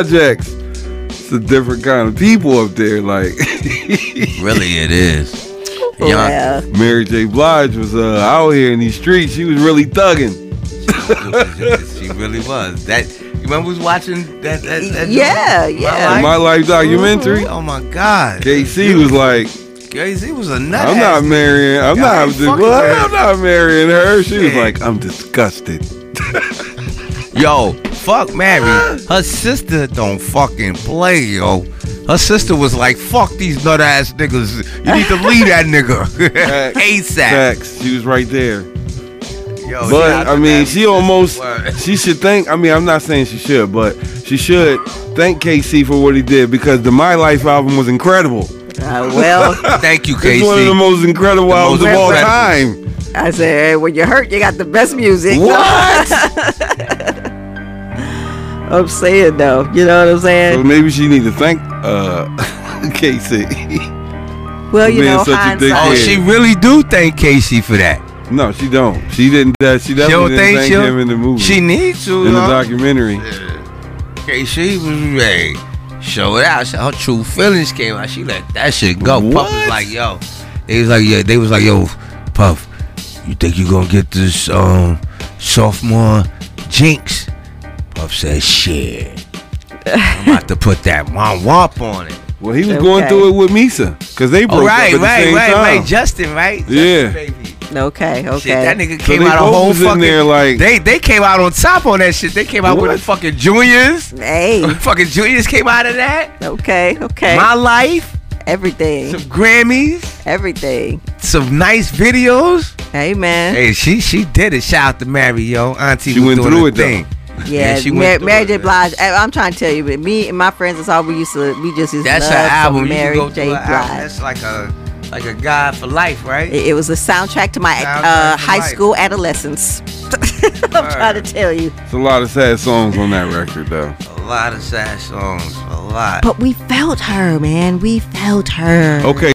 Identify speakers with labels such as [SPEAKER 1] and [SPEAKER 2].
[SPEAKER 1] projects. It's a different kind of people up there. Like
[SPEAKER 2] Really, it is. Y'all,
[SPEAKER 3] Yeah.
[SPEAKER 1] Mary J. Blige was uh, out here in these streets. She was really thugging.
[SPEAKER 2] she really was. That you remember we was watching that? that, that
[SPEAKER 3] Yeah, yeah.
[SPEAKER 1] In my life documentary,
[SPEAKER 2] Oh my God.
[SPEAKER 1] KC was like,
[SPEAKER 2] Jay-Z was a nut.
[SPEAKER 1] "I'm not marrying. I'm
[SPEAKER 2] Y'all
[SPEAKER 1] not.
[SPEAKER 2] ain't fucking
[SPEAKER 1] well,
[SPEAKER 2] married.
[SPEAKER 1] I'm not marrying her." She was
[SPEAKER 2] Yeah.
[SPEAKER 1] like, "I'm disgusted."
[SPEAKER 2] Yo, fuck Mary. Her sister don't fucking play, yo. Her sister was like, fuck these nut ass niggas. You need to leave that nigga.
[SPEAKER 1] Facts.
[SPEAKER 2] ASAP.
[SPEAKER 1] Facts. She was right there.
[SPEAKER 2] Yo,
[SPEAKER 1] But I mean, she almost
[SPEAKER 2] Word.
[SPEAKER 1] she should thank. I mean, I'm not saying she should, but she should thank KC for what he did because the My Life album was incredible.
[SPEAKER 3] Uh, well,
[SPEAKER 2] Thank you,
[SPEAKER 1] It's one of the
[SPEAKER 2] Casey.
[SPEAKER 1] most incredible
[SPEAKER 2] The
[SPEAKER 1] albums
[SPEAKER 2] most
[SPEAKER 1] of all
[SPEAKER 2] incredible.
[SPEAKER 1] time.
[SPEAKER 3] I said, hey, when you're hurt, you got the best music.
[SPEAKER 1] What?
[SPEAKER 3] I'm saying though, you know what I'm
[SPEAKER 1] so
[SPEAKER 3] saying?
[SPEAKER 1] maybe she need to thank uh KC.
[SPEAKER 3] Well, you
[SPEAKER 1] being
[SPEAKER 3] know,
[SPEAKER 1] such a
[SPEAKER 3] hindsight.
[SPEAKER 2] Oh, she really do thank Casey for that.
[SPEAKER 1] no, she don't. She didn't. Uh, she
[SPEAKER 2] She
[SPEAKER 1] definitely
[SPEAKER 2] don't
[SPEAKER 1] didn't
[SPEAKER 2] think
[SPEAKER 1] thank
[SPEAKER 2] she'll-
[SPEAKER 1] him in the movie.
[SPEAKER 2] She needs to. uh,
[SPEAKER 1] in the
[SPEAKER 2] huh?
[SPEAKER 1] documentary.
[SPEAKER 2] Casey was ready. Show it out. Her true feelings came out. She let that shit go. Puff
[SPEAKER 1] What?
[SPEAKER 2] was like, yo. They was like, yeah. They was like, yo, Puff. You think you gonna get this um sophomore jinx? Puff said, shit. I'm about to put that womp womp on it.
[SPEAKER 1] Well, he was
[SPEAKER 3] Okay.
[SPEAKER 1] going through it with Misa because they broke
[SPEAKER 2] Oh,
[SPEAKER 1] up
[SPEAKER 2] right,
[SPEAKER 1] at the
[SPEAKER 2] right,
[SPEAKER 1] same
[SPEAKER 2] right,
[SPEAKER 1] time.
[SPEAKER 2] right. Justin, right? Justin,
[SPEAKER 1] Yeah.
[SPEAKER 2] baby.
[SPEAKER 3] Okay, okay.
[SPEAKER 2] Shit, that nigga
[SPEAKER 1] so
[SPEAKER 2] came
[SPEAKER 1] they
[SPEAKER 2] out a
[SPEAKER 1] both
[SPEAKER 2] whole
[SPEAKER 1] was in
[SPEAKER 2] fucking.
[SPEAKER 1] there like
[SPEAKER 2] They they came out on top on that shit. They came out with
[SPEAKER 1] What?
[SPEAKER 2] the fucking juniors.
[SPEAKER 3] Hey,
[SPEAKER 2] fucking juniors came out of that.
[SPEAKER 3] okay, okay.
[SPEAKER 2] My life,
[SPEAKER 3] everything,
[SPEAKER 2] some Grammys,
[SPEAKER 3] everything.
[SPEAKER 2] some nice videos.
[SPEAKER 3] Hey, man.
[SPEAKER 2] Hey, she she did it. Shout out to Mary, yo, auntie.
[SPEAKER 1] She
[SPEAKER 2] was
[SPEAKER 1] went
[SPEAKER 2] doing
[SPEAKER 1] through
[SPEAKER 2] her
[SPEAKER 1] it, though.
[SPEAKER 2] thing.
[SPEAKER 3] yeah,
[SPEAKER 2] yeah, she
[SPEAKER 3] Mar-
[SPEAKER 2] went through
[SPEAKER 3] Mary
[SPEAKER 2] it,
[SPEAKER 3] J.
[SPEAKER 2] man.
[SPEAKER 3] Blige. I, I'm trying to tell you, but me and my friends, that's all we used to. We just used
[SPEAKER 2] That's
[SPEAKER 3] to
[SPEAKER 2] her
[SPEAKER 3] love some
[SPEAKER 2] album.
[SPEAKER 3] Mary
[SPEAKER 2] you can go
[SPEAKER 3] J.
[SPEAKER 2] through her album.
[SPEAKER 3] Blige.
[SPEAKER 2] That's like a like a guide for life, right?
[SPEAKER 3] It, it was the soundtrack to my
[SPEAKER 2] Soundtrack
[SPEAKER 3] uh,
[SPEAKER 2] to
[SPEAKER 3] high
[SPEAKER 2] life.
[SPEAKER 3] school adolescence. I'm trying to tell you.
[SPEAKER 1] it's a lot of sad songs on that record though.
[SPEAKER 2] a lot of sad songs, a lot.
[SPEAKER 3] But we felt her, man. We felt her.
[SPEAKER 1] Okay,